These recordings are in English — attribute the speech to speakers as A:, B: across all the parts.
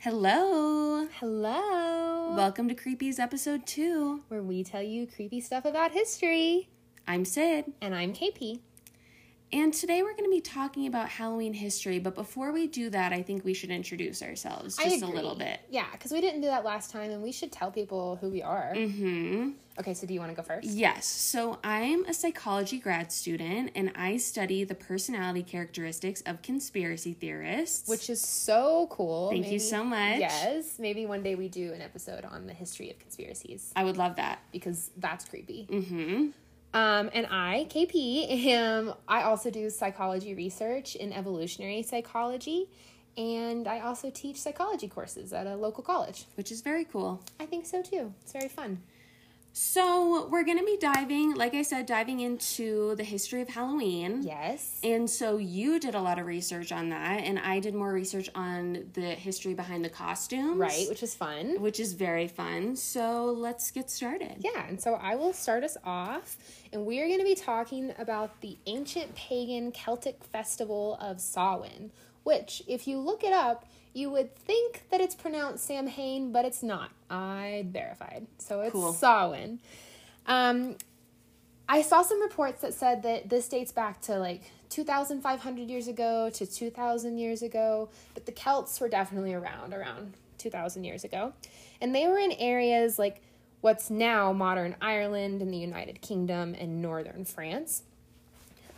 A: Hello.
B: Hello.
A: Welcome to Creepies episode 2.
B: Where we tell you creepy stuff about history.
A: I'm Sid,
B: And I'm KP.
A: and today we're going to be talking about Halloween history, but before we do that, I think we should introduce ourselves
B: I
A: just a
B: agree.
A: little bit.
B: Yeah, because we didn't do that last time and we should tell people who we are.
A: Mhm.
B: Okay, so do you want to go first?
A: Yes. So, I'm a psychology grad student and I study the personality characteristics of conspiracy theorists.
B: Which is so cool.
A: Thank you so much.
B: Yes. Maybe one day we do an episode on the history of conspiracies
A: I would love that.
B: because that's creepy.
A: Mhm.
B: Um, and I, KP, am I also do psychology research in evolutionary psychology. And I also teach psychology courses at a local college.
A: Which is very cool.
B: I think so too. It's very fun.
A: So, we're going to be diving, like I said, diving into the history of Halloween.
B: Yes.
A: And so you did a lot of research on that, and I did more research on the history behind the costumes.
B: Right, which is fun.
A: Which is very fun. So let's get started.
B: Yeah, and so I will start us off, and we are going to be talking about the ancient pagan Celtic festival of Samhain, which, if you look it up, you would think that it's pronounced Samhain, but it's not. I verified. So it's
A: Cool.
B: Samhain. Um, I saw some reports that said that this dates back to like 2,500 years ago to 2,000 years ago, but the Celts were definitely around around 2,000 years ago. And they were in areas like what's now modern Ireland and the United Kingdom and northern France.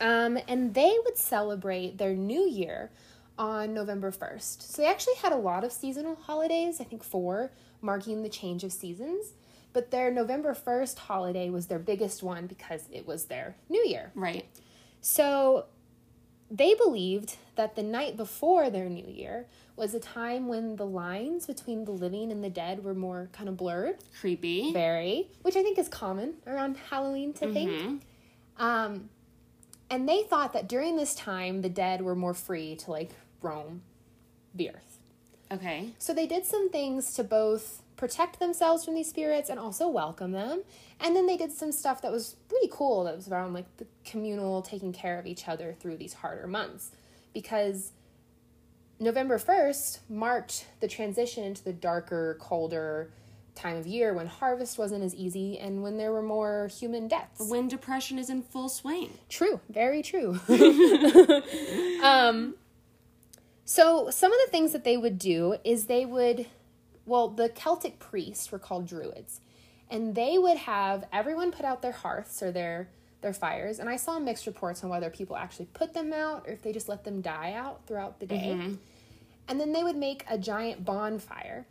B: Um, and they would celebrate their new year on November 1st. So they actually had a lot of seasonal holidays, I think four, marking the change of seasons. But their November 1st holiday was their biggest one because it was their new year.
A: Right.
B: So they believed that the night before their new year was a time when the lines between the living and the dead were more kind of blurred.
A: Creepy.
B: Very, which I think is common around Halloween to think. Um, and they thought that during this time, the dead were more free to like roam the earth.
A: Okay.
B: So they did some things to both protect themselves from these spirits and also welcome them. And then they did some stuff that was pretty cool that was around like the communal taking care of each other through these harder months. Because November 1st marked the transition into the darker, colder time of year when harvest wasn't as easy and when there were more human deaths.
A: When depression is in full swing.
B: True, very true. um, so some of the things that they would do is they would, well, the Celtic priests were called druids, and they would have everyone put out their hearths or their their fires. And I saw mixed reports on whether people actually put them out or if they just let them die out throughout the day. And then they would make a giant bonfire.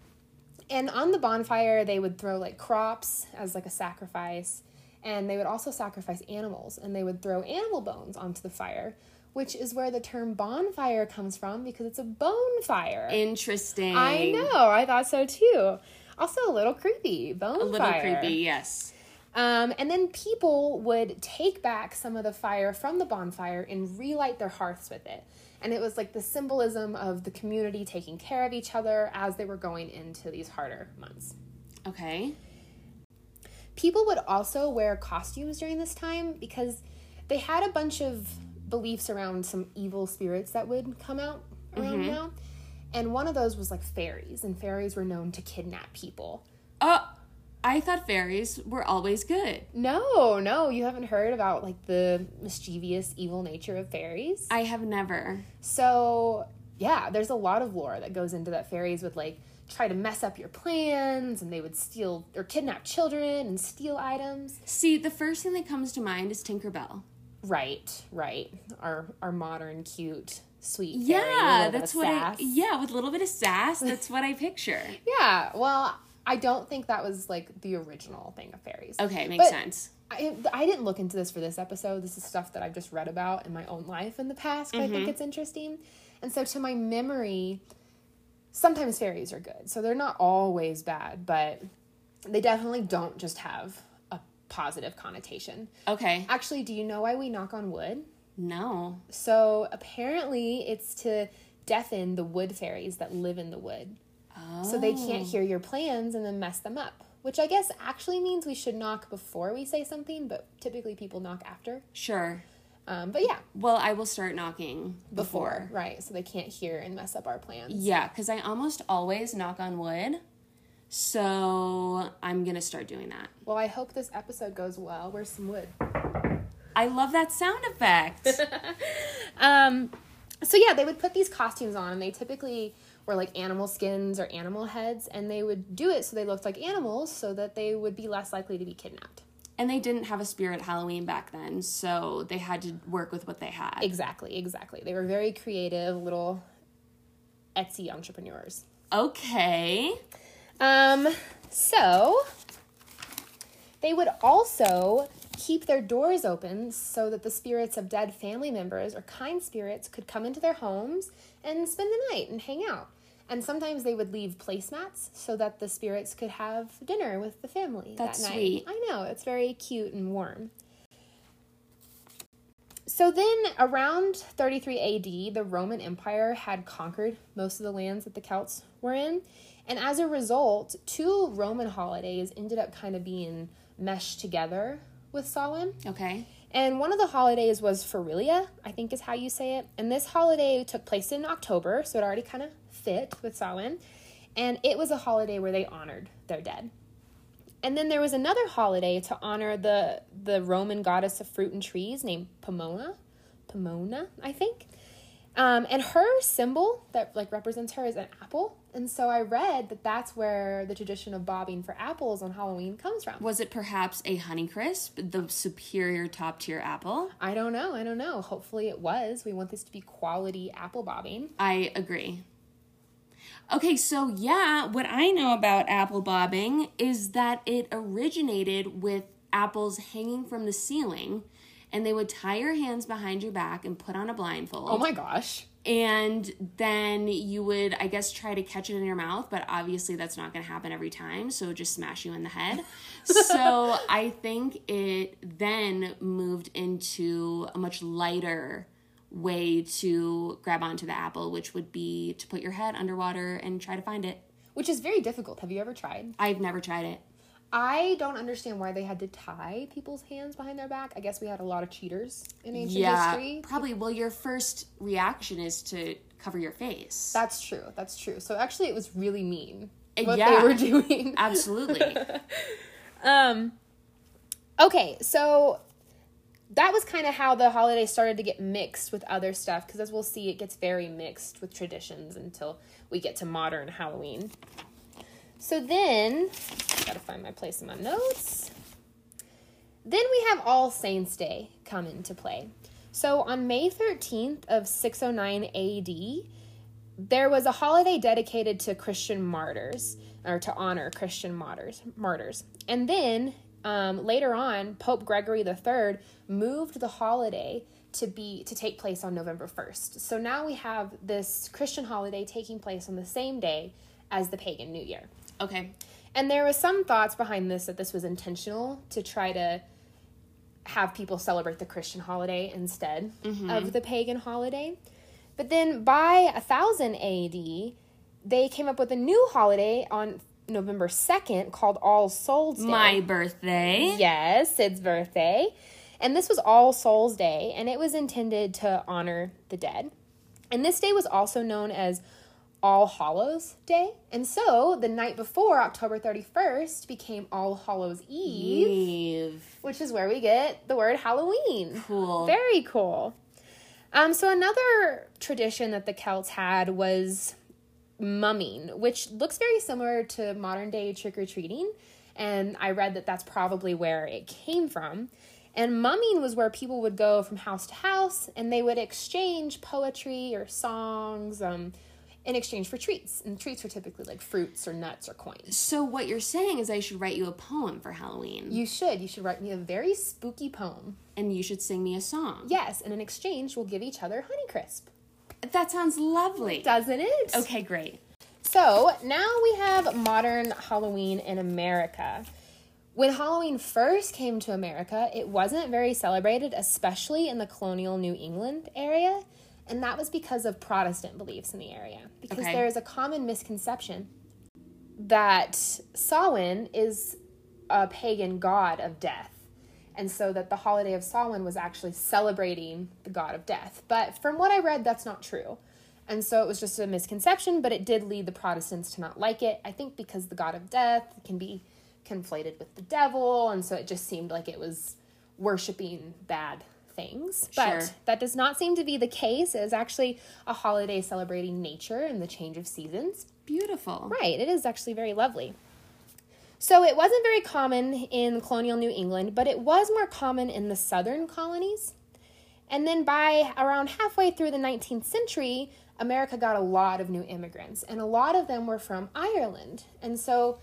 B: And on the bonfire, they would throw like crops as like a sacrifice, and they would also sacrifice animals, and they would throw animal bones onto the fire, which is where the term bonfire comes from because it's a bone fire.
A: Interesting.
B: I know, I thought so too. Also, a little creepy bonfire.
A: A little creepy, yes.
B: Um, and then people would take back some of the fire from the bonfire and relight their hearths with it. And it was like the symbolism of the community taking care of each other as they were going into these harder months.
A: Okay.
B: People would also wear costumes during this time because they had a bunch of beliefs around some evil spirits that would come out around
A: Mm-hmm.
B: now. And one of those was like fairies, and fairies were known to kidnap people.
A: Oh, I thought fairies were always good.
B: No, no, you haven't heard about like the mischievous evil nature of fairies.
A: I have never.
B: So, yeah, there's a lot of lore that goes into that fairies would like try to mess up your plans and they would steal or kidnap children and steal items.
A: See, the first thing that comes to mind is Tinkerbell.
B: Right, right. Our our modern cute sweet fairy,
A: Yeah,
B: little bit
A: that's
B: of
A: what
B: sass.
A: I e Yeah, with a little bit of sass, that's what I picture.
B: Yeah, well, I don't think that was like the original thing of fairies.
A: Okay, makes
B: But-
A: sense.
B: I, I didn't look into this for this episode. This is stuff that I've just read about in my own life in the past, but I think it's interesting. And so, to my memory, sometimes fairies are good. So, they're not always bad, but they definitely don't just have a positive connotation.
A: Okay.
B: Actually, do you know why we knock on wood?
A: No.
B: So, apparently, it's to deafen the wood fairies that live in the wood.
A: Oh.
B: So, they can't hear your plans and then mess them up. Which I guess actually means we should knock before we say something, but typically people knock after.
A: Sure.
B: Um, but yeah,
A: Well, I will start knocking
B: before, right? So they can't hear and mess up our plans.
A: Yeah, because I almost always knock on wood. So I'm going to start doing that.
B: Well, I hope this episode goes well. Where's some wood?
A: I love that sound effect.
B: Um, so yeah, they would put these costumes on, and they typically were like animal skins or animal heads, and they would do it so they looked like animals, so that they would be less likely to be kidnapped.
A: and they didn't have a spirit Halloween back then, so they had to work with what they had.
B: Exactly, exactly. They were very creative little Etsy entrepreneurs.
A: okay.
B: Um, so they would also keep their doors open so that the spirits of dead family members or kind spirits could come into their homes and spend the night and hang out. And sometimes they would leave placemats so that the spirits could have dinner with the family
A: That's
B: that night.
A: sweet.
B: I know, it's very cute and warm. So then, around 33 AD, the Roman Empire had conquered most of the lands that the Celts were in. And as a result, two Roman holidays ended up kind of being meshed together with Samhain.
A: Okay.
B: And one of the holidays was Ferilia, I think is how you say it. And this holiday took place in October, so it already kind of fit with Samhain. And it was a holiday where they honored their dead. And then there was another holiday to honor the the Roman goddess of fruit and trees named Pomona, Pomona, I think. Um, and her symbol that like represents her is an apple. And so I read that that's where the tradition of bobbing for apples on Halloween comes from.
A: Was it perhaps a Honeycrisp, the superior top tier apple?
B: I don't know. I don't know. Hopefully it was. We want this to be quality apple bobbing.
A: I agree. Okay, so yeah, what I know about apple bobbing is that it originated with apples hanging from the ceiling, and they would tie your hands behind your back and put on a blindfold.
B: Oh my gosh.
A: and then you would, I guess, try to catch it in your mouth, but obviously that's not going to happen every time, so it would just smash you in the head. so I think it then moved into a much lighter way to grab onto the apple, which would be to put your head underwater and try to find it.
B: Which is very difficult. Have you ever tried?
A: I've never tried it.
B: I don't understand why they had to tie people's hands behind their back. I guess we had a lot of cheaters in ancient
A: Yeah,
B: history.
A: probably. Well, your first reaction is to cover your face.
B: That's true. That's true. So actually, it was really mean what
A: Uh, yeah.
B: they were doing.
A: Absolutely.
B: Um, okay, so that was kind of how the holiday started to get mixed with other stuff because, as we'll see, it gets very mixed with traditions until we get to modern Halloween. So then, gotta find my place in my notes. Then we have All Saints Day come into play. So on May 13th of 609 AD, there was a holiday dedicated to Christian martyrs or to honor Christian martyrs. Martyrs, and then um, later on, Pope Gregory III moved the holiday to be to take place on November first. So now we have this Christian holiday taking place on the same day as the pagan New Year.
A: okay.
B: And there was some thoughts behind this that this was intentional to try to have people celebrate the Christian holiday instead of the pagan holiday. But then by 1000 AD, they came up with a new holiday on November 2nd called All Souls Day.
A: My birthday.
B: Yes, Sid's birthday. And this was All Souls Day, and it was intended to honor the dead. And this day was also known as All Hallows Day. And so the night before, October 31st, became All Hallows Eve,
A: Eve.
B: which is where we get the word Halloween.
A: Cool.
B: Very cool. Um, so another tradition that the Celts had was mumming, which looks very similar to modern day trick or treating. And I read that that's probably where it came from. And mumming was where people would go from house to house and they would exchange poetry or songs um, in exchange for treats. And treats were typically like fruits or nuts or coins.
A: So what you're saying is I should write you a poem for Halloween
B: You should. You should write me a very spooky poem.
A: and you should sing me a song.
B: Yes, and in exchange, we'll give each other Honeycrisp.
A: That sounds lovely.
B: Doesn't it?
A: Okay, great.
B: So now we have modern Halloween in America. When Halloween first came to America, it wasn't very celebrated, especially in the colonial New England area. And that was because of Protestant beliefs in the area. Because
A: Okay.
B: there is a common misconception that Samhain is a pagan god of death. and so that the holiday of Samhain was actually celebrating the god of death. But from what I read, that's not true. And so it was just a misconception, but it did lead the Protestants to not like it. I think because the god of death can be conflated with the devil, and so it just seemed like it was worshiping bad things. But
A: Sure.
B: that does not seem to be the case. It is actually a holiday celebrating nature and the change of seasons.
A: Beautiful.
B: Right, it is actually very lovely. So it wasn't very common in colonial New England, but it was more common in the southern colonies. And then by around halfway through the 19th century, America got a lot of new immigrants, and a lot of them were from Ireland. And so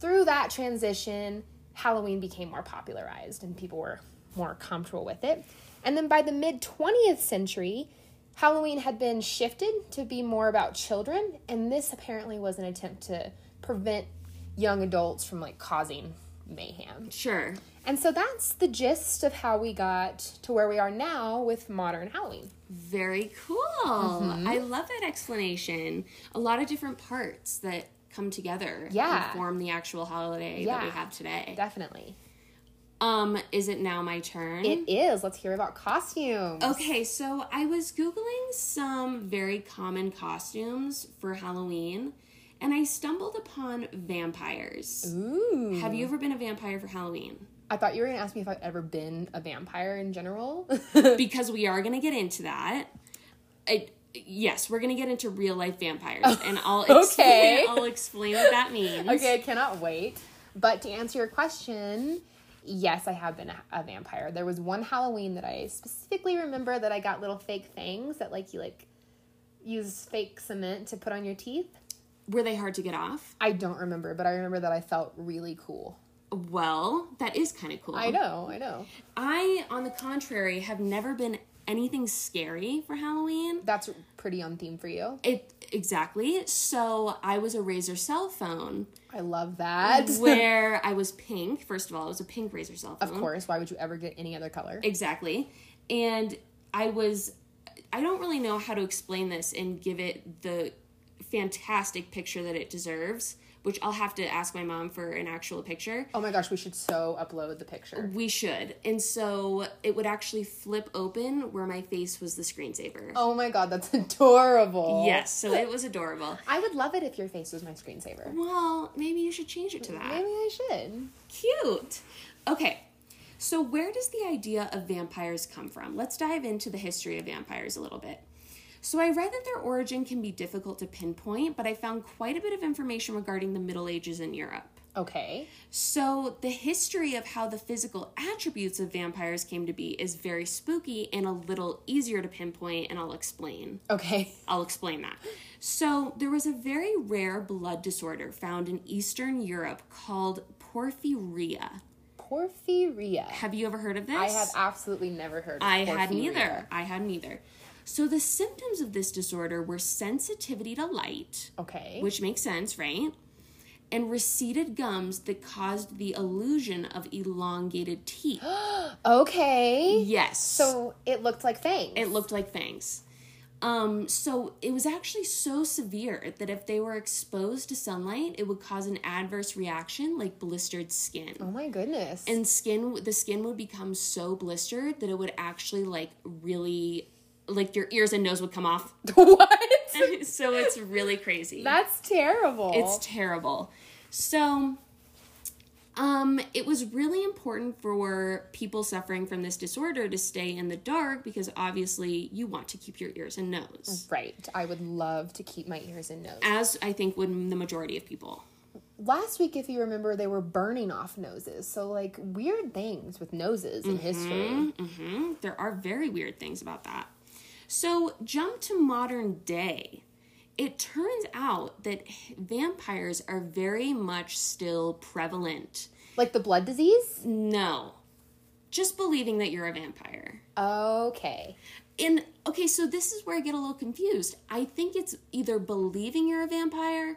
B: through that transition, Halloween became more popularized and people were more comfortable with it. And then by the mid 20th century, Halloween had been shifted to be more about children, and this apparently was an attempt to prevent young adults from like causing mayhem.
A: Sure.
B: And so that's the gist of how we got to where we are now with modern Halloween.
A: Very cool.
B: Mm-hmm.
A: I love that explanation. A lot of different parts that come together
B: Yeah.
A: and form the actual holiday that we
B: Yeah.
A: have today.
B: Definitely.
A: Um, is it now my turn?
B: It is. Let's hear about costumes.
A: Okay, so I was Googling some very common costumes for Halloween and I stumbled upon vampires.
B: Ooh.
A: Have you ever been a vampire for Halloween?
B: I thought you were going to ask me if I've ever been a vampire in general.
A: Because we are going to get into that. I, yes, we're going to get into real life vampires and I'll
B: Okay.
A: explain, I'll explain what that means.
B: okay, I cannot wait. But to answer your question, yes, I have been a, a vampire. There was one Halloween that I specifically remember that I got little fake fangs that like you like use fake cement to put on your teeth.
A: Were they hard to get off?
B: I don't remember, but I remember that I felt really cool.
A: Well, that is kind of cool.
B: I know, I know.
A: I, on the contrary, have never been anything scary for Halloween.
B: That's pretty on theme for you.
A: It exactly. So I was a Razor cell phone
B: I love that.
A: Mm-hmm. where I was pink. First of all, it was a pink Razor cell phone.
B: of course, why would you ever get any other color?
A: Exactly. And I was I don't really know how to explain this and give it the fantastic picture that it deserves, which I'll have to ask my mom for an actual picture.
B: Oh my gosh, we should so upload the picture.
A: We should. And so it would actually flip open where my face was the screensaver.
B: Oh my god, that's adorable.
A: Yes, so it was adorable.
B: I would love it if your face was my screensaver.
A: Well, maybe you should change it to that.
B: Maybe I should.
A: Cute. Okay. So, where does the idea of vampires come from? Let's dive into the history of vampires a little bit. So, I read that their origin can be difficult to pinpoint, but I found quite a bit of information regarding the Middle Ages in Europe.
B: Okay.
A: So, the history of how the physical attributes of vampires came to be is very spooky and a little easier to pinpoint, and I'll explain.
B: Okay.
A: I'll explain that. So, there was a very rare blood disorder found in Eastern Europe called porphyria.
B: Porphyria.
A: Have you ever heard of this?
B: I have absolutely never heard of
A: I hadn't
B: porphyria.
A: either. I hadn't either. So the symptoms of this disorder were sensitivity to light,
B: Okay.
A: which makes sense, right? And receded gums that caused the illusion of elongated teeth.
B: okay.
A: yes.
B: So it looked like fangs.
A: it looked like fangs. Um, so it was actually so severe that if they were exposed to sunlight, it would cause an adverse reaction like blistered skin.
B: oh my goodness.
A: and skin the skin would become so blistered that it would actually like really like your ears and nose would come off
B: what?
A: so it's really crazy
B: That's terrible.
A: it's terrible so um it was really important for people suffering from this disorder to stay in the dark because obviously you want to keep your ears and nose
B: right. I would love to keep my ears and nose.
A: as i think would the majority of people
B: last week if you remember they were burning off noses so like weird things with noses in history
A: hmm There are very weird things about that. So, jump to modern day. It turns out that h- vampires are very much still prevalent.
B: like the blood disease
A: No, just believing that you're a vampire.
B: okay
A: And okay, so this is where I get a little confused. I think it's either believing you're a vampire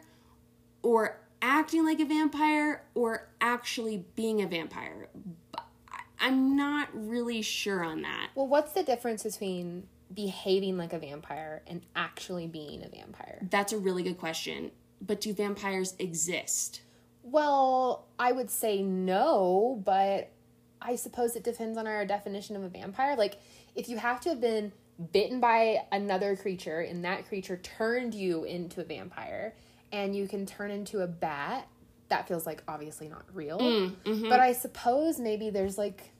A: or acting like a vampire or actually being a vampire. But I- I'm not really sure on that.
B: well what's the difference between behaving like a vampire and actually being a vampire
A: That's a really good question. But do vampires exist?
B: well i would say no but I suppose it depends on our definition of a vampire. Like, if you have to have been bitten by another creature and that creature turned you into a vampire and you can turn into a bat, that feels like obviously not real. But I suppose maybe there's like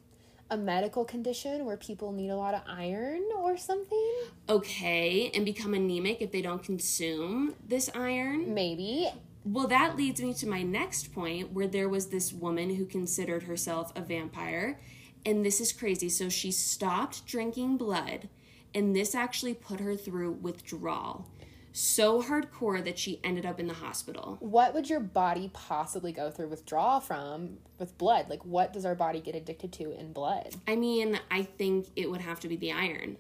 B: a medical condition where people need a lot of iron or something.
A: Okay, and become anemic if they don't consume this iron.
B: Maybe.
A: Well, that leads me to my next point where there was this woman who considered herself a vampire. And this is crazy. So she stopped drinking blood, and this actually put her through withdrawal so hardcore that she ended up in the hospital.
B: What would your body possibly go through withdrawal from with blood? Like, what does our body get addicted to in blood?
A: I mean, I think it would have to be the iron.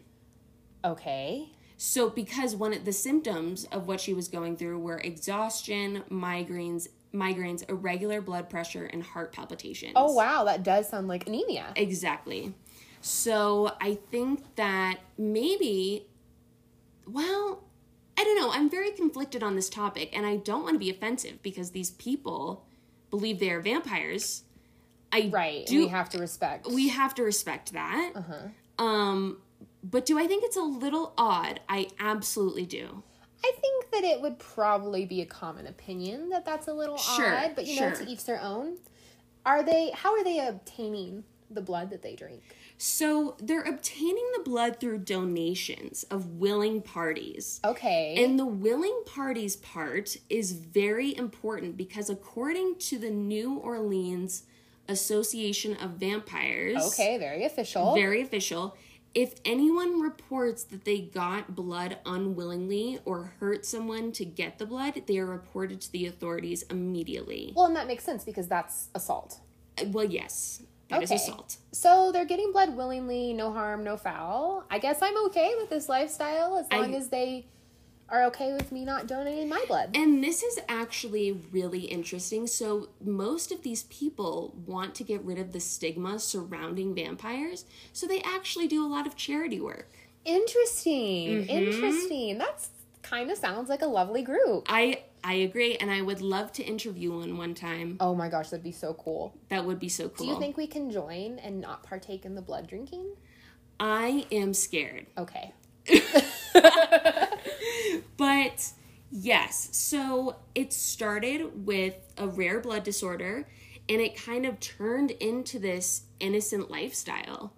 B: Okay.
A: So, because one of the symptoms of what she was going through were exhaustion, migraines, migraines, irregular blood pressure, and heart palpitations.
B: Oh, wow. That does sound like anemia.
A: Exactly. So I think that maybe, well, I don't know. I'm very conflicted on this topic, and I don't want to be offensive because these people believe they are vampires. I
B: Right. and
A: Do
B: we have to respect.
A: we have to respect that.
B: Uh-huh.
A: Um, but do I think it's a little odd? I absolutely do.
B: I think that it would probably be a common opinion that that's a little
A: Sure,
B: odd, but you know,
A: sure.
B: to each their own. Are they, how are they obtaining the blood that they drink?
A: So they're obtaining the blood through donations of willing parties.
B: Okay.
A: And the willing parties part is very important because according to the New Orleans Association of Vampires,
B: okay. Very official.
A: very official, if anyone reports that they got blood unwillingly or hurt someone to get the blood, they are reported to the authorities immediately.
B: well, and that makes sense because that's assault.
A: Uh, Well, yes, that is
B: Okay.
A: assault.
B: So they're getting blood willingly, no harm, no foul. I guess I'm okay with this lifestyle as long as they are okay with me not donating my blood.
A: And this is actually really interesting. So, most of these people want to get rid of the stigma surrounding vampires, so they actually do a lot of charity work.
B: Interesting. Interesting. That's kind of sounds like a lovely group.
A: I I agree and I would love to interview one one time.
B: Oh my gosh, that'd be so cool.
A: That would be so cool.
B: Do you think we can join and not partake in the blood drinking?
A: I am scared.
B: Okay.
A: But yes, so it started with a rare blood disorder and it kind of turned into this innocent lifestyle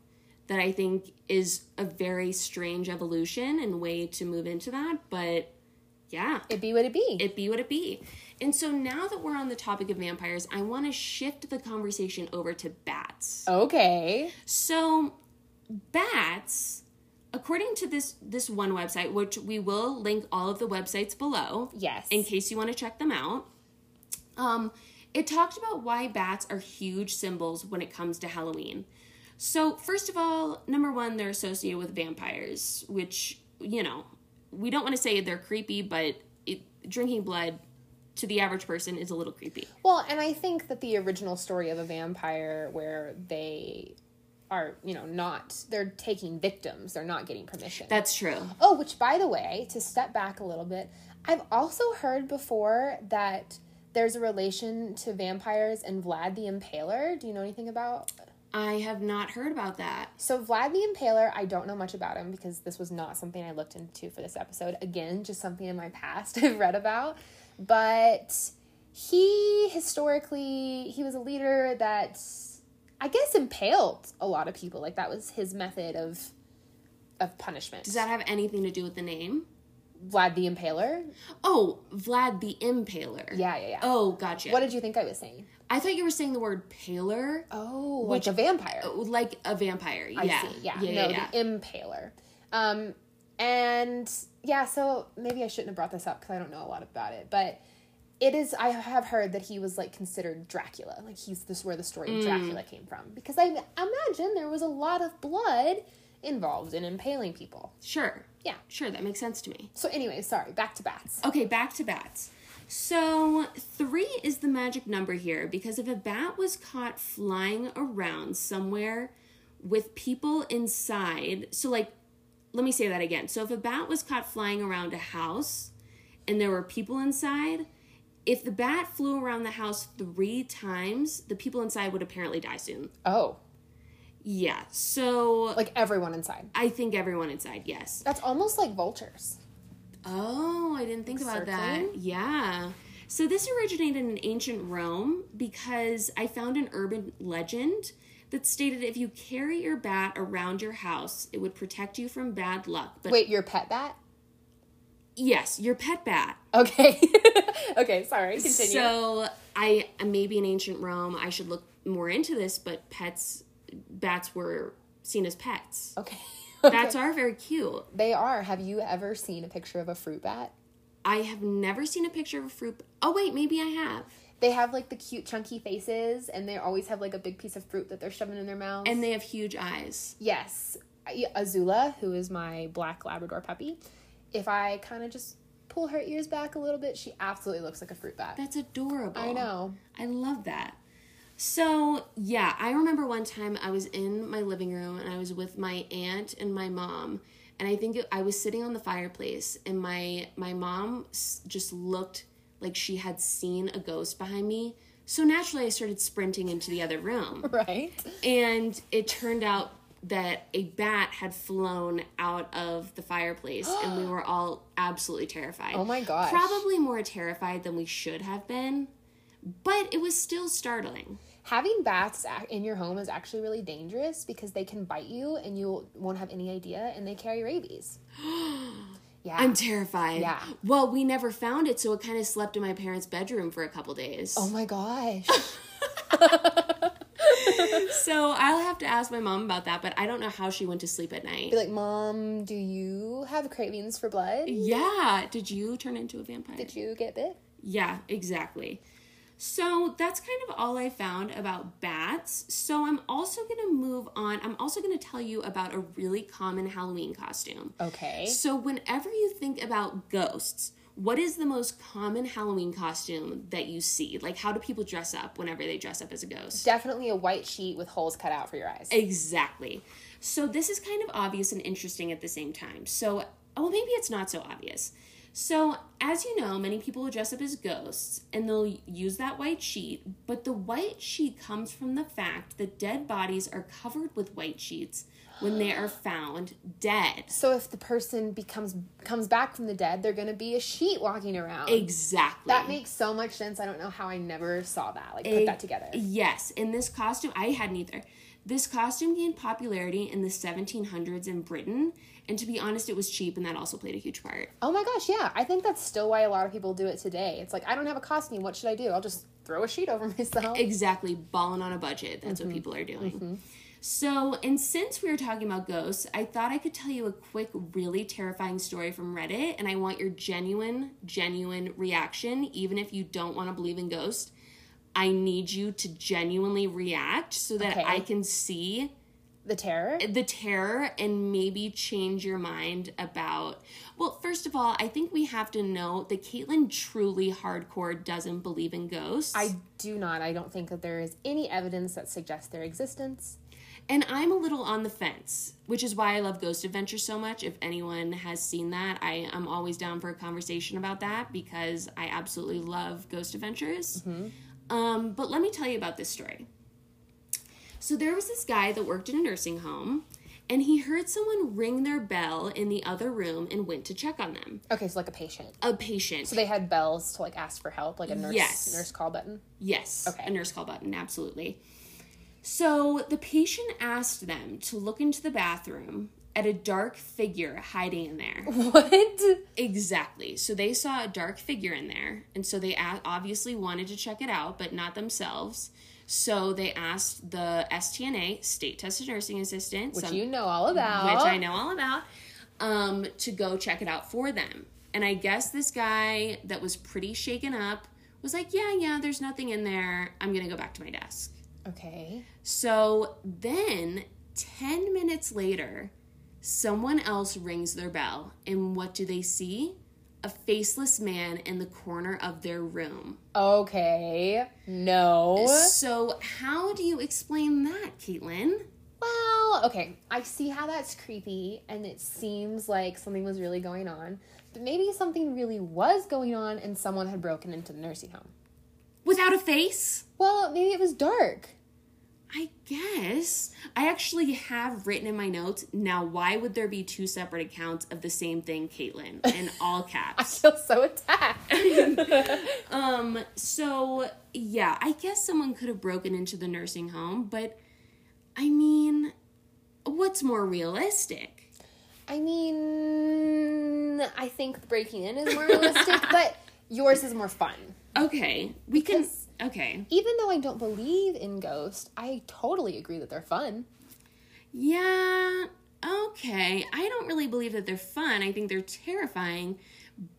A: that I think is a very strange evolution and way to move into that. But yeah,
B: It be what it be.
A: it be what it be. And so now that we're on the topic of vampires, I want to shift the conversation over to bats.
B: okay.
A: So bats, according to this this one website, which we will link all of the websites below
B: Yes.
A: in case you want to check them out. Um, it talked about why bats are huge symbols when it comes to Halloween. So, first of all, number one, they're associated with vampires, which, you know, we don't want to say they're creepy, but it, drinking blood to the average person is a little creepy.
B: Well, and I think that the original story of a vampire where they are, you know, not they're taking victims, they're not getting permission.
A: That's true.
B: Oh, which by the way, to step back a little bit, I've also heard before that there's a relation to vampires and Vlad the Impaler. Do you know anything about?
A: I have not heard about that.
B: So Vlad the Impaler, I don't know much about him because this was not something I looked into for this episode. Again, just something in my past I've read about. But he historically he was a leader that I guess impaled a lot of people. Like that was his method of of punishment.
A: Does that have anything to do with the name?
B: Vlad the Impaler?
A: Oh, Vlad the Impaler.
B: Yeah, yeah, yeah.
A: Oh, gotcha.
B: What did you think I was saying?
A: I thought you were saying the word paler,
B: Oh, which a vampire.
A: like a vampire. Yeah.
B: I see. Yeah,
A: Yeah.
B: no,
A: yeah.
B: the impaler. Um, and yeah, so maybe I shouldn't have brought this up because I don't know a lot about it, but it is. I have heard that he was like considered Dracula. Like he's this where the story
A: Mm.
B: of Dracula came from because I imagine there was a lot of blood involved in impaling people.
A: Sure.
B: Yeah.
A: Sure, that makes sense to me.
B: So anyway, sorry. Back to bats.
A: Okay, back to bats. So, three is the magic number here because if a bat was caught flying around somewhere with people inside, so like, let me say that again. So, if a bat was caught flying around a house and there were people inside, if the bat flew around the house three times, the people inside would apparently die soon.
B: Oh,
A: Yeah. So
B: Like everyone inside.
A: I think everyone inside, yes.
B: That's almost like vultures.
A: Oh, I didn't think about that.
B: Circling?
A: Yeah. So this originated in ancient Rome because I found an urban legend that stated if you carry your bat around your house, it would protect you from bad luck. But
B: Wait, your pet bat?
A: yes, your pet bat.
B: Okay. okay, sorry. Continue.
A: So I maybe in ancient Rome I should look more into this, but pets bats were seen as pets.
B: okay.
A: Bats are very cute.
B: They are. Have you ever seen a picture of a fruit bat?
A: I have never seen a picture of a fruit. Oh wait, maybe I have.
B: They have like the cute chunky faces and they always have like a big piece of fruit that they're shoving in their mouth.
A: And they have huge eyes.
B: yes, I- Azula, who is my black Labrador puppy, if I kind of just pull her ears back a little bit, she absolutely looks like a fruit bat.
A: That's adorable.
B: I know.
A: I love that. So, yeah, I remember one time I was in my living room and I was with my aunt and my mom, and I think it, I was sitting on the fireplace and my my mom s- just looked like she had seen a ghost behind me. So naturally I started sprinting into the other room.
B: Right?
A: And it turned out that a bat had flown out of the fireplace, and we were all absolutely terrified.
B: Oh my gosh.
A: Probably more terrified than we should have been, but it was still startling.
B: Having bats ac- in your home is actually really dangerous because they can bite you and you won't have any idea and they carry rabies. yeah.
A: I'm terrified.
B: Yeah.
A: Well, we never found it, so it kind of slept in my parents' bedroom for a couple days.
B: oh my gosh.
A: So I'll have to ask my mom about that, but I don't know how she went to sleep at night.
B: Be like, Mom, do you have cravings for blood?
A: Yeah. Did you turn into a vampire?
B: Did you get bit?
A: Yeah, exactly. So that's kind of all I found about bats. So I'm also going to move on. I'm also going to tell you about a really common Halloween costume.
B: Okay.
A: So, whenever you think about ghosts, what is the most common Halloween costume that you see? Like, how do people dress up whenever they dress up as a ghost?
B: Definitely a white sheet with holes cut out for your eyes.
A: Exactly. So this is kind of obvious and interesting at the same time. So, oh, maybe it's not so obvious. So, as you know, many people will dress up as ghosts and they'll use that white sheet, but the white sheet comes from the fact that dead bodies are covered with white sheets when they are found dead.
B: So if the person becomes comes back from the dead, they're gonna be a sheet walking around.
A: Exactly.
B: that makes so much sense. I don't know how I never saw that. Like put that together.
A: Yes, and this costume, I hadn't either. This costume gained popularity in the 1700s in Britain, and to be honest, it was cheap, and that also played a huge part.
B: Oh my gosh, yeah. I think that's still why a lot of people do it today. It's like I don't have a costume. What should I do? I'll just throw a sheet over myself.
A: exactly balling on a budget. That's
B: Mm-hmm.
A: what people are doing. So, and since we were talking about ghosts, I thought I could tell you a quick, really terrifying story from Reddit, and I want your genuine, genuine reaction, even if you don't want to believe in ghosts. I need you to genuinely react so that
B: Okay.
A: I can see
B: the terror.
A: the terror and maybe change your mind about. Well, first of all, I think we have to know that Caitlin truly hardcore doesn't believe in ghosts.
B: I do not. I don't think that there is any evidence that suggests their existence.
A: And I'm a little on the fence, which is why I love Ghost Adventure so much. If anyone has seen that, I am always down for a conversation about that because I absolutely love Ghost Adventures. Um, but let me tell you about this story. So there was this guy that worked in a nursing home, and he heard someone ring their bell in the other room and went to check on them.
B: Okay, so like a patient.
A: A patient.
B: So they had bells to like ask for help, like a nurse
A: Yes.
B: nurse call button.
A: Yes.
B: Okay.
A: A nurse call button, absolutely. So the patient asked them to look into the bathroom at a dark figure hiding in there.
B: What?
A: exactly. So they saw a dark figure in there, and so they a- obviously wanted to check it out, but not themselves. So they asked the STNA, state tested nursing assistant,
B: Which
A: some-
B: you know all about.
A: which I know all about, um, to go check it out for them. And I guess this guy that was pretty shaken up was like, Yeah, yeah, there's nothing in there. I'm going to go back to my desk.
B: Okay.
A: So then, 10 minutes later, someone else rings their bell. And what do they see? A faceless man in the corner of their room.
B: Okay. No.
A: So, how do you explain that, Caitlin?
B: Well, okay. I see how that's creepy and it seems like something was really going on. But maybe something really was going on and someone had broken into the nursing home.
A: Without a face?
B: Well, maybe it was dark.
A: I guess. I actually have written in my notes now, why would there be two separate accounts of the same thing, Caitlin, in all
B: I
A: caps?
B: feel so attacked.
A: um, so yeah, I guess someone could have broken into the nursing home, but I mean, what's more realistic?
B: I mean, I think breaking in is more realistic, but yours is more fun.
A: Okay, we can. Okay.
B: Even though I don't believe in ghosts, I totally agree that they're fun.
A: Yeah, okay. I don't really believe that they're fun. I think they're terrifying,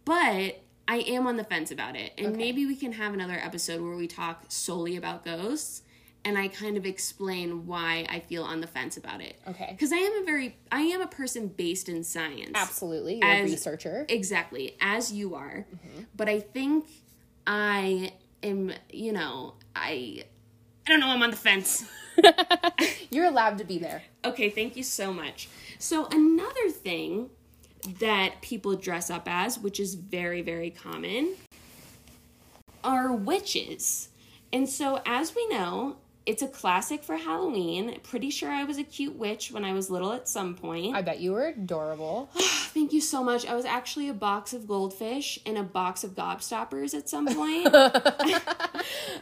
A: but I am on the fence about it. And maybe we can have another episode where we talk solely about ghosts and I kind of explain why I feel on the fence about it.
B: Okay.
A: Cuz I am a very I am a person based in science.
B: Absolutely, you're a
A: As-
B: researcher.
A: Exactly, as you are. But I think I am, you know, I I don't know, I'm on the fence.
B: You're allowed to be there.
A: Okay, thank you so much. So, another thing that people dress up as, which is very, very common, are witches. And so, as we know, it's a classic for Halloween. Pretty sure I was a cute witch when I was little at some point.
B: I bet you were adorable.
A: Thank you so much. I was actually a box of goldfish and a box of gobstoppers at some point.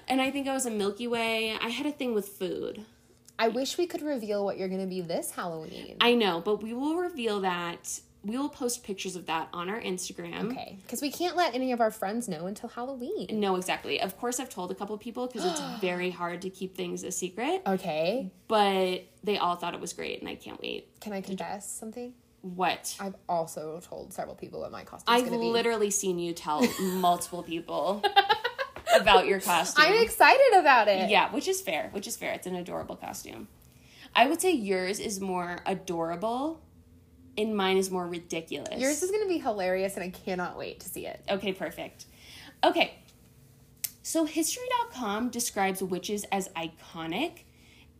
A: and I think I was a Milky Way. I had a thing with food.
B: I wish we could reveal what you're going to be this Halloween.
A: I know, but we will reveal that. We will post pictures of that on our Instagram.
B: Okay, because we can't let any of our friends know until Halloween.
A: No, exactly. Of course, I've told a couple people because it's very hard to keep things a secret,
B: Okay,
A: but they all thought it was great and I can't wait.
B: can I confess something?
A: What?
B: I've also told several people what my costume is
A: I've
B: going to be.
A: literally seen you tell multiple people about your costume.
B: I'm excited about it.
A: yeah, which is fair, which is fair. It's an adorable costume. I would say yours is more adorable and mine is more ridiculous.
B: Yours is going to be hilarious, and I cannot wait to see it.
A: Okay, perfect. Okay. So history.com describes witches as iconic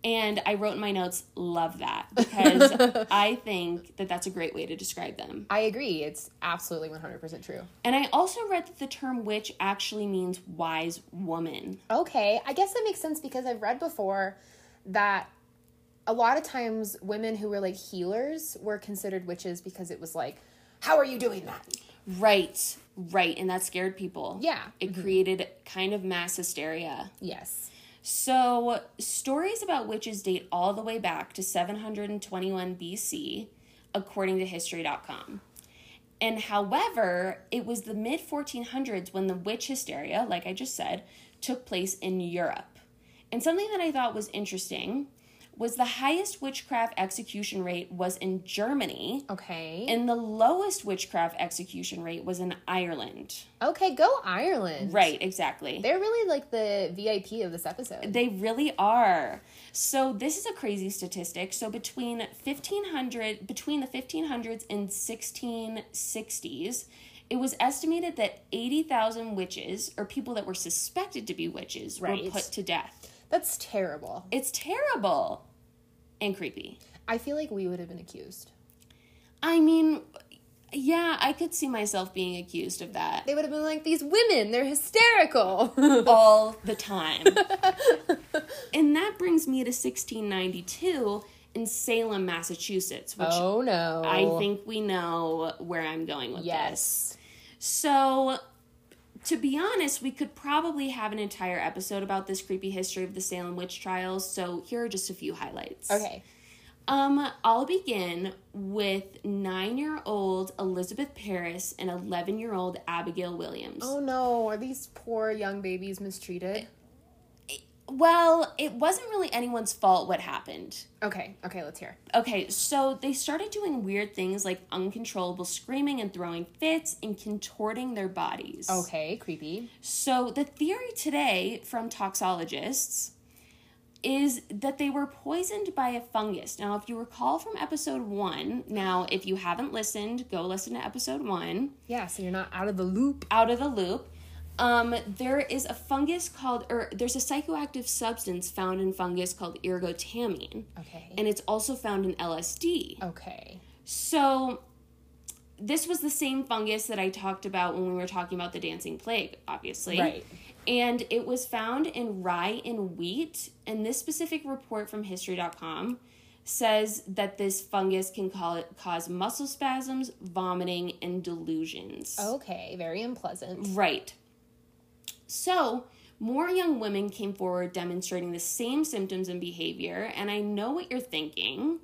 A: and I wrote in my notes love that because I think that that's a great way to describe them.
B: I agree. It's absolutely 100% true.
A: And I also read that the term witch actually means wise woman.
B: Okay, I guess that makes sense because I've read before that a lot of times women who were like healers were considered witches because it was like, how are you doing that?
A: Right. Right, and that scared people.
B: Yeah.
A: It created kind of mass hysteria.
B: Yes.
A: So, stories about witches date all the way back to 721 BC, according to History.com. And however, it was the mid 1400s when the witch hysteria, like I just said, took place in Europe. And something that I thought was interesting was the highest witchcraft execution rate was in Germany,
B: Okay.
A: and the lowest witchcraft execution rate was in Ireland.
B: okay, go Ireland.
A: Right, exactly.
B: They're really like the VIP of this episode.
A: They really are. So this is a crazy statistic. So between 1500 between the 1500s and 1660s, it was estimated that 80,000 witches or people that were suspected to be witches
B: Right.
A: were put to death.
B: That's terrible.
A: It's terrible and creepy.
B: I feel like we would have been accused.
A: I mean, yeah, I could see myself being accused of that.
B: They would have been like, these women, they're hysterical.
A: all the time. and that brings me to 1692 in Salem, Massachusetts, which
B: oh no.
A: I think we know where I'm going with this.
B: Yes.
A: So, to be honest, we could probably have an entire episode about this creepy history of the Salem witch trials. So, here are just a few highlights.
B: Okay.
A: Um, I'll begin with nine-year-old Elizabeth Paris and eleven-year-old Abigail Williams.
B: Oh no, are these poor young babies
A: Eh.
B: mistreated?
A: Well, it wasn't really anyone's fault what happened.
B: Okay, okay, let's hear.
A: Okay, so they started doing weird things like uncontrollable screaming and throwing fits and contorting their bodies.
B: Okay, creepy.
A: So the theory today from toxologists is that they were poisoned by a fungus. Now, if you recall from episode one, now if you haven't listened, go listen to episode one,
B: Yeah, so you're not out of the loop.
A: out of the loop. Um, there is a fungus called, or there's a psychoactive substance found in fungus called ergotamine,
B: Okay.
A: and it's also found in LSD.
B: Okay.
A: So this was the same fungus that I talked about when we were talking about the dancing plague, obviously.
B: Right.
A: And it was found in rye and wheat. And this specific report from History.com says that this fungus can call it, cause muscle spasms, vomiting, and delusions.
B: Okay, very unpleasant.
A: Right. So, more young women came forward demonstrating the same symptoms and behavior. And I know what you're thinking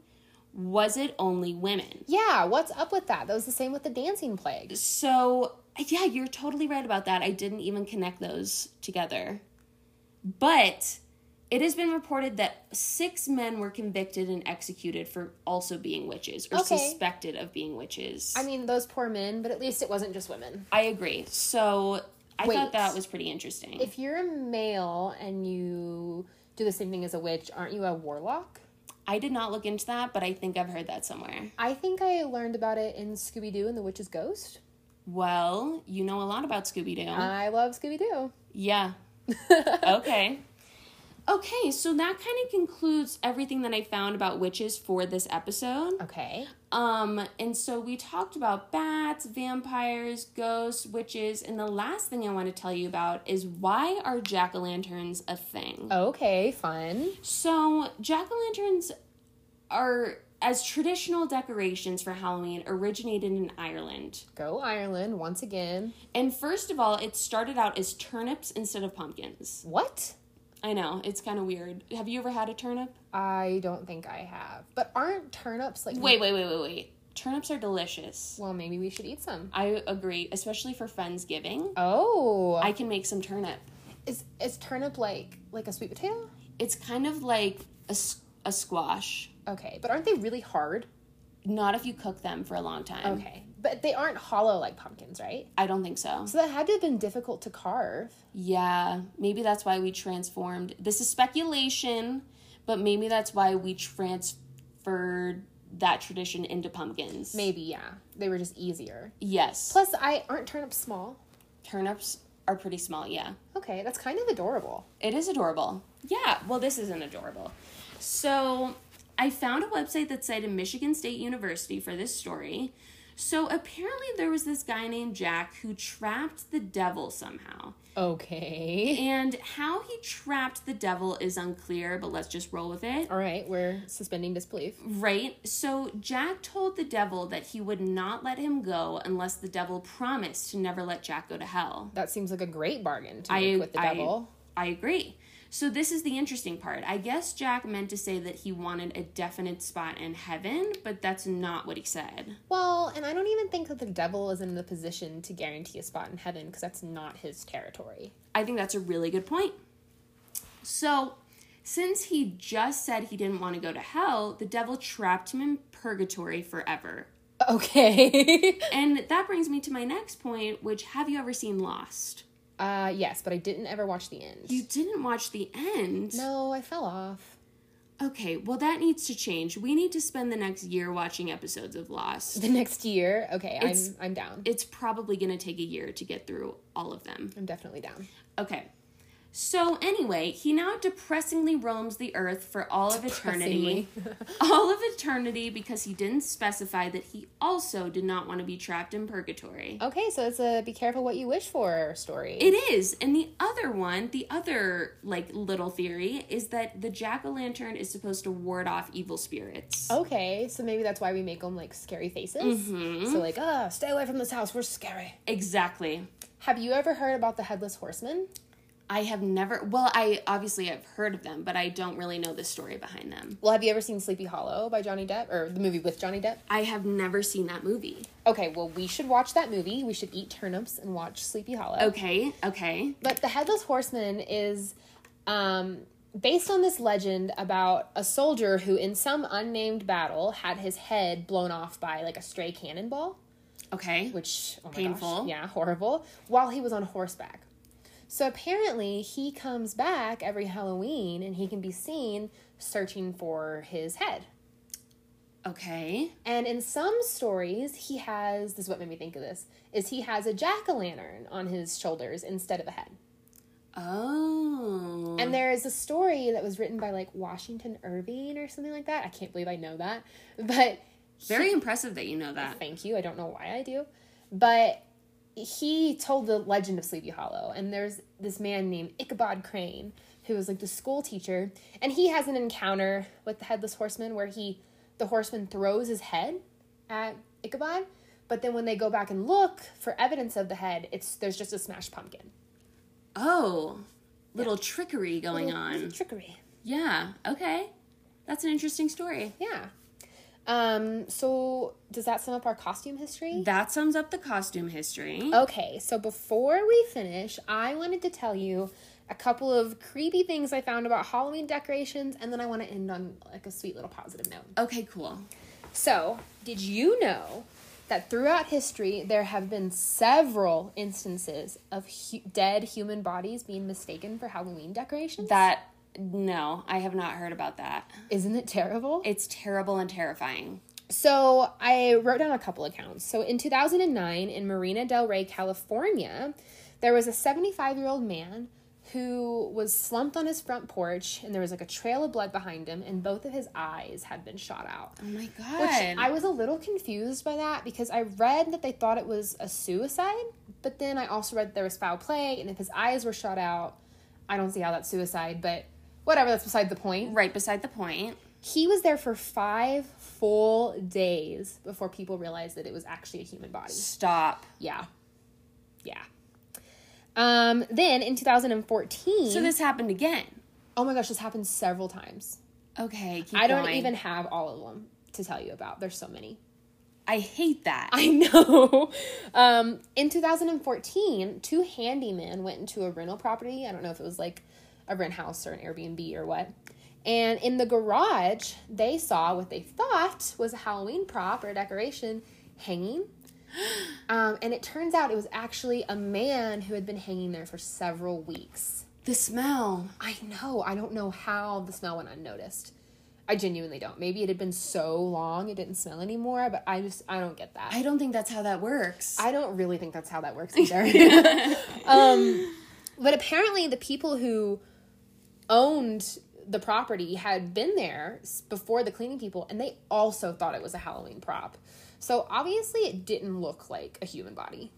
A: was it only women?
B: Yeah, what's up with that? That was the same with the dancing plague.
A: So, yeah, you're totally right about that. I didn't even connect those together. But it has been reported that six men were convicted and executed for also being witches or
B: Okay.
A: suspected of being witches.
B: I mean, those poor men, but at least it wasn't just women.
A: I agree. So, I
B: Wait.
A: thought that was pretty interesting.
B: If you're a male and you do the same thing as a witch, aren't you a warlock?
A: I did not look into that, but I think I've heard that somewhere.
B: I think I learned about it in Scooby Doo and the Witch's Ghost.
A: Well, you know a lot about Scooby Doo.
B: I love Scooby Doo.
A: yeah. Okay. Okay, so that kind of concludes everything that I found about witches for this episode.
B: okay.
A: Um, and so we talked about bats, vampires, ghosts, witches, and the last thing I want to tell you about is why are jack o' lanterns a thing?
B: Okay, fun.
A: So, jack o' lanterns are, as traditional decorations for Halloween, originated in Ireland.
B: Go Ireland once again.
A: And first of all, it started out as turnips instead of pumpkins.
B: What?
A: I know, it's kind of weird. Have you ever had a turnip?
B: I don't think I have. But aren't turnips like.
A: Wait, wait, wait, wait, wait. Turnips are delicious.
B: Well, maybe we should eat some.
A: I agree, especially for Friendsgiving.
B: Oh.
A: I can make some turnip.
B: is, is turnip like like a sweet potato?
A: it's kind of like a, s- a squash.
B: Okay, but aren't they really hard?
A: Not if you cook them for a long time.
B: Okay. But they aren't hollow like pumpkins, right?
A: I don't think so.
B: So that had to have been difficult to carve.
A: Yeah, maybe that's why we transformed. This is speculation, but maybe that's why we transferred that tradition into pumpkins.
B: Maybe, yeah. They were just easier.
A: Yes.
B: Plus, I aren't turnips small.
A: Turnips are pretty small, yeah.
B: Okay, that's kind of adorable.
A: It is adorable. Yeah, well, this isn't adorable. So, I found a website that cited Michigan State University for this story. So, apparently, there was this guy named Jack who trapped the devil somehow.
B: Okay.
A: And how he trapped the devil is unclear, but let's just roll with it.
B: All right, we're suspending disbelief.
A: Right? So, Jack told the devil that he would not let him go unless the devil promised to never let Jack go to hell.
B: That seems like a great bargain to
A: I-
B: make with the
A: I-
B: devil.
A: I agree. So this is the interesting part. I guess Jack meant to say that he wanted a definite spot in heaven, but that's not what he said.
B: Well, and I don't even think that the devil is in the position to guarantee a spot in heaven because that's not his territory.
A: I think that's a really good point. So, since he just said he didn't want to go to hell, the devil trapped him in purgatory forever.
B: Okay.
A: And that brings me to my next point, which have you ever seen Lost?
B: uh yes, but I didn't ever watch the end.
A: You didn't watch the end.
B: no, I fell off.
A: Okay, well that needs to change. We need to spend the next year watching episodes of Lost.
B: The next year. Okay,
A: It's-
B: I'm I'm down.
A: it's probably going to take a year to get through all of them.
B: I'm definitely down.
A: Okay. So anyway, he now depressingly roams the earth for all of eternity. all of eternity because he didn't specify that he also did not want to be trapped in purgatory.
B: Okay, so it's a be careful what you wish for story.
A: It is. And the other one, the other like little theory is that the jack-o-lantern is supposed to ward off evil spirits.
B: Oh. okay, so maybe that's why we make them like scary faces. So like, ah, stay away from this house. We're scary.
A: Exactly.
B: Have you ever heard about the headless horseman?
A: I have never well, I obviously have heard of them, but I don't really know the story behind them.
B: Well, have you ever seen Sleepy Hollow by Johnny Depp or the movie with Johnny Depp?
A: I have never seen that movie.
B: Okay, well, we should watch that movie. We should eat turnips and watch Sleepy Hollow.
A: Okay, okay.
B: But the Headless Horseman is um, based on this legend about a soldier who, in some unnamed battle, had his head blown off by like a stray cannonball,
A: Okay.
B: which oh my gosh,
A: Painful.
B: yeah, horrible. While he was on horseback. So apparently, he comes back every Halloween, and he can be seen searching for his head.
A: Okay.
B: And in some stories, he has this is what made me think of this is he has a jack o' lantern on his shoulders instead of a head.
A: Oh.
B: And there is a story that was written by like Washington Irving or something like that. I can't believe I know that. But
A: Very impressive that you know that.
B: Thank you. I don't know why I do. But he told the legend of Sleepy Hollow, and there's this man named Ichabod Crane who was like the school teacher, and he has an encounter with the headless horseman where he the horseman throws his head at Ichabod, but then when they go back and look for evidence of the head, it's there's just a smashed pumpkin.
A: Oh, little trickery going
B: Oh.
A: on.
B: Trickery.
A: Yeah. Okay. That's an interesting story.
B: Yeah. Um, so does that sum up our costume history?
A: That sums up the costume history.
B: Okay, so before we finish, I wanted to tell you a couple of creepy things I found about Halloween decorations, and then I want to end on like a sweet little positive note.
A: Okay, cool.
B: So, did you know that throughout history there have been several instances of hu- dead human bodies being mistaken for Halloween decorations?
A: That no, I have not heard about that.
B: Isn't it terrible?
A: It's terrible and terrifying.
B: So I wrote down a couple accounts. So in 2009, in Marina Del Rey, California, there was a 75 year old man who was slumped on his front porch, and there was like a trail of blood behind him, and both of his eyes had been shot out.
A: Oh my god.
B: Which I was a little confused by that because I read that they thought it was a suicide, but then I also read that there was foul play, and if his eyes were shot out, I don't see how that's suicide, but whatever, that's beside the point.
A: right beside the point.
B: He was there for five full days before people realized that it was actually a human body.
A: Stop.
B: Yeah. Yeah. Um, then in 2014.
A: So this happened again.
B: oh my gosh, this happened several times.
A: Okay, keep
B: I don't
A: going.
B: even have all of them to tell you about. There's so many.
A: I hate that.
B: I know. Um, in 2014, two handymen went into a rental property. I don't know if it was like a rent house or an Airbnb or what. And in the garage, they saw what they thought was a Halloween prop or decoration hanging. Um, and it turns out it was actually a man who had been hanging there for several weeks.
A: the smell.
B: I know. I don't know how the smell went unnoticed. I genuinely don't. Maybe it had been so long it didn't smell anymore, but I just, I don't get that.
A: I don't think that's how that works.
B: I don't really think that's how that works either. um, but apparently, the people who owned the property had been there s- before the cleaning people, and they also thought it was a Halloween prop. So obviously, it didn't look like a human body,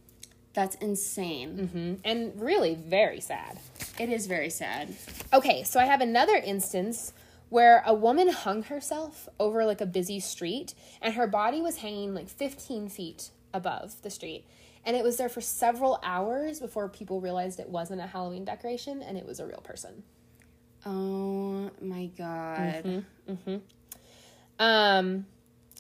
A: that's insane.
B: and really very sad.
A: It is very sad.
B: Okay, so I have another instance where a woman hung herself over like a busy street and her body was hanging like 15 feet above the street. And it was there for several hours before people realized it wasn't a Halloween decoration and it was a real person.
A: Oh my god.
B: Um,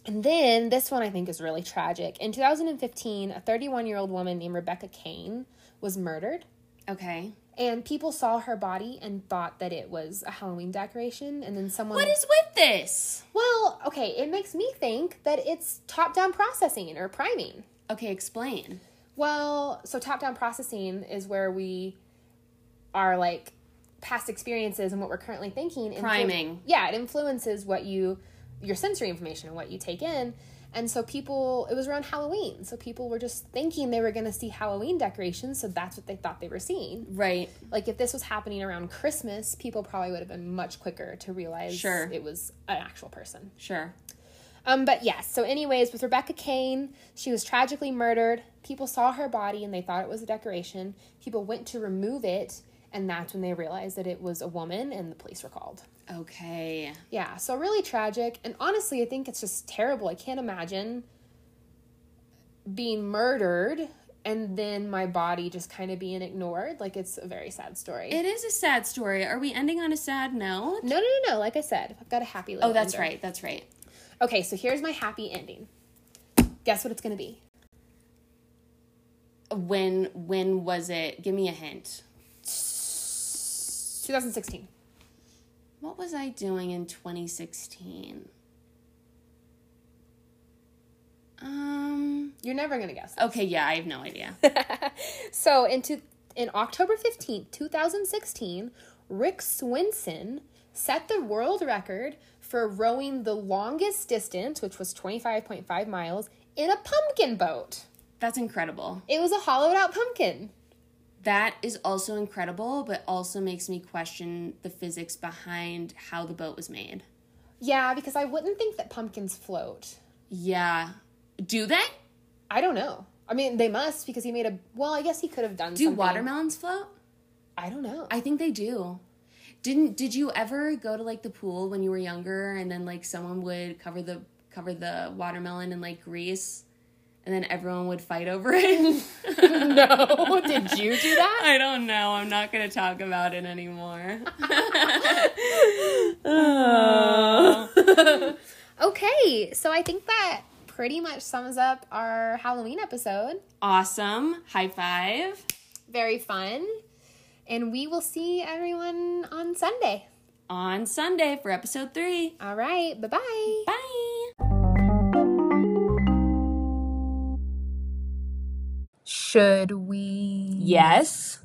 B: and then this one I think is really tragic. In 2015, a 31 year old woman named Rebecca Kane was murdered.
A: Okay.
B: And people saw her body and thought that it was a Halloween decoration. And then someone.
A: What is with this?
B: Well, okay, it makes me think that it's top down processing or priming.
A: Okay, explain.
B: Well, so top down processing is where we are like past experiences and what we're currently thinking. influ-
A: Priming.
B: yeah, it influences what you, your sensory information and what you take in. And so people, it was around Halloween. So people were just thinking they were going to see Halloween decorations. So that's what they thought they were seeing.
A: Right.
B: Like if this was happening around Christmas, people probably would have been much quicker to realize
A: Sure.
B: it was an actual person.
A: Sure.
B: Um, but yes, so anyways, with Rebecca Kane, she was tragically murdered. People saw her body and they thought it was a decoration. People went to remove it, and that's when they realized that it was a woman and the police were called.
A: Okay.
B: Yeah, so really tragic. And honestly, I think it's just terrible. I can't imagine being murdered and then my body just kind of being ignored. Like, it's a very sad story.
A: It is a sad story. Are we ending on a sad note?
B: no, no, no, no. Like I said, I've got a happy little
A: Oh, that's
B: ender.
A: right. That's right.
B: Okay, so here's my happy ending. Guess what it's going to be?
A: When when was it? Give me a hint.
B: 2016.
A: What was I doing in 2016? Um
B: You're never gonna guess.
A: okay, yeah, I have no idea.
B: So in two, in October fifteenth, two thousand sixteen, Rick Swinson set the world record for rowing the longest distance, which was twenty five point five miles, in a pumpkin boat.
A: That's incredible.
B: It was a hollowed out pumpkin.
A: That is also incredible, but also makes me question the physics behind how the boat was made.
B: Yeah, because I wouldn't think that pumpkins float.
A: Yeah. Do they?
B: I don't know. I mean, they must because he made a. Well, I guess he could have done.
A: Do
B: something.
A: watermelons float?
B: I don't know.
A: I think they do. Didn't did you ever go to like the pool when you were younger and then like someone would cover the cover the watermelon in like grease and then everyone would fight over it?
B: no, did you do that?
A: I don't know. I'm not going to talk about it anymore.
B: okay, so I think that pretty much sums up our Halloween episode.
A: awesome. High five.
B: Very fun, and we will see everyone on Sunday.
A: On Sunday for episode 3.
B: All right, bye bye.
A: Bye.
B: Should we?
A: Yes.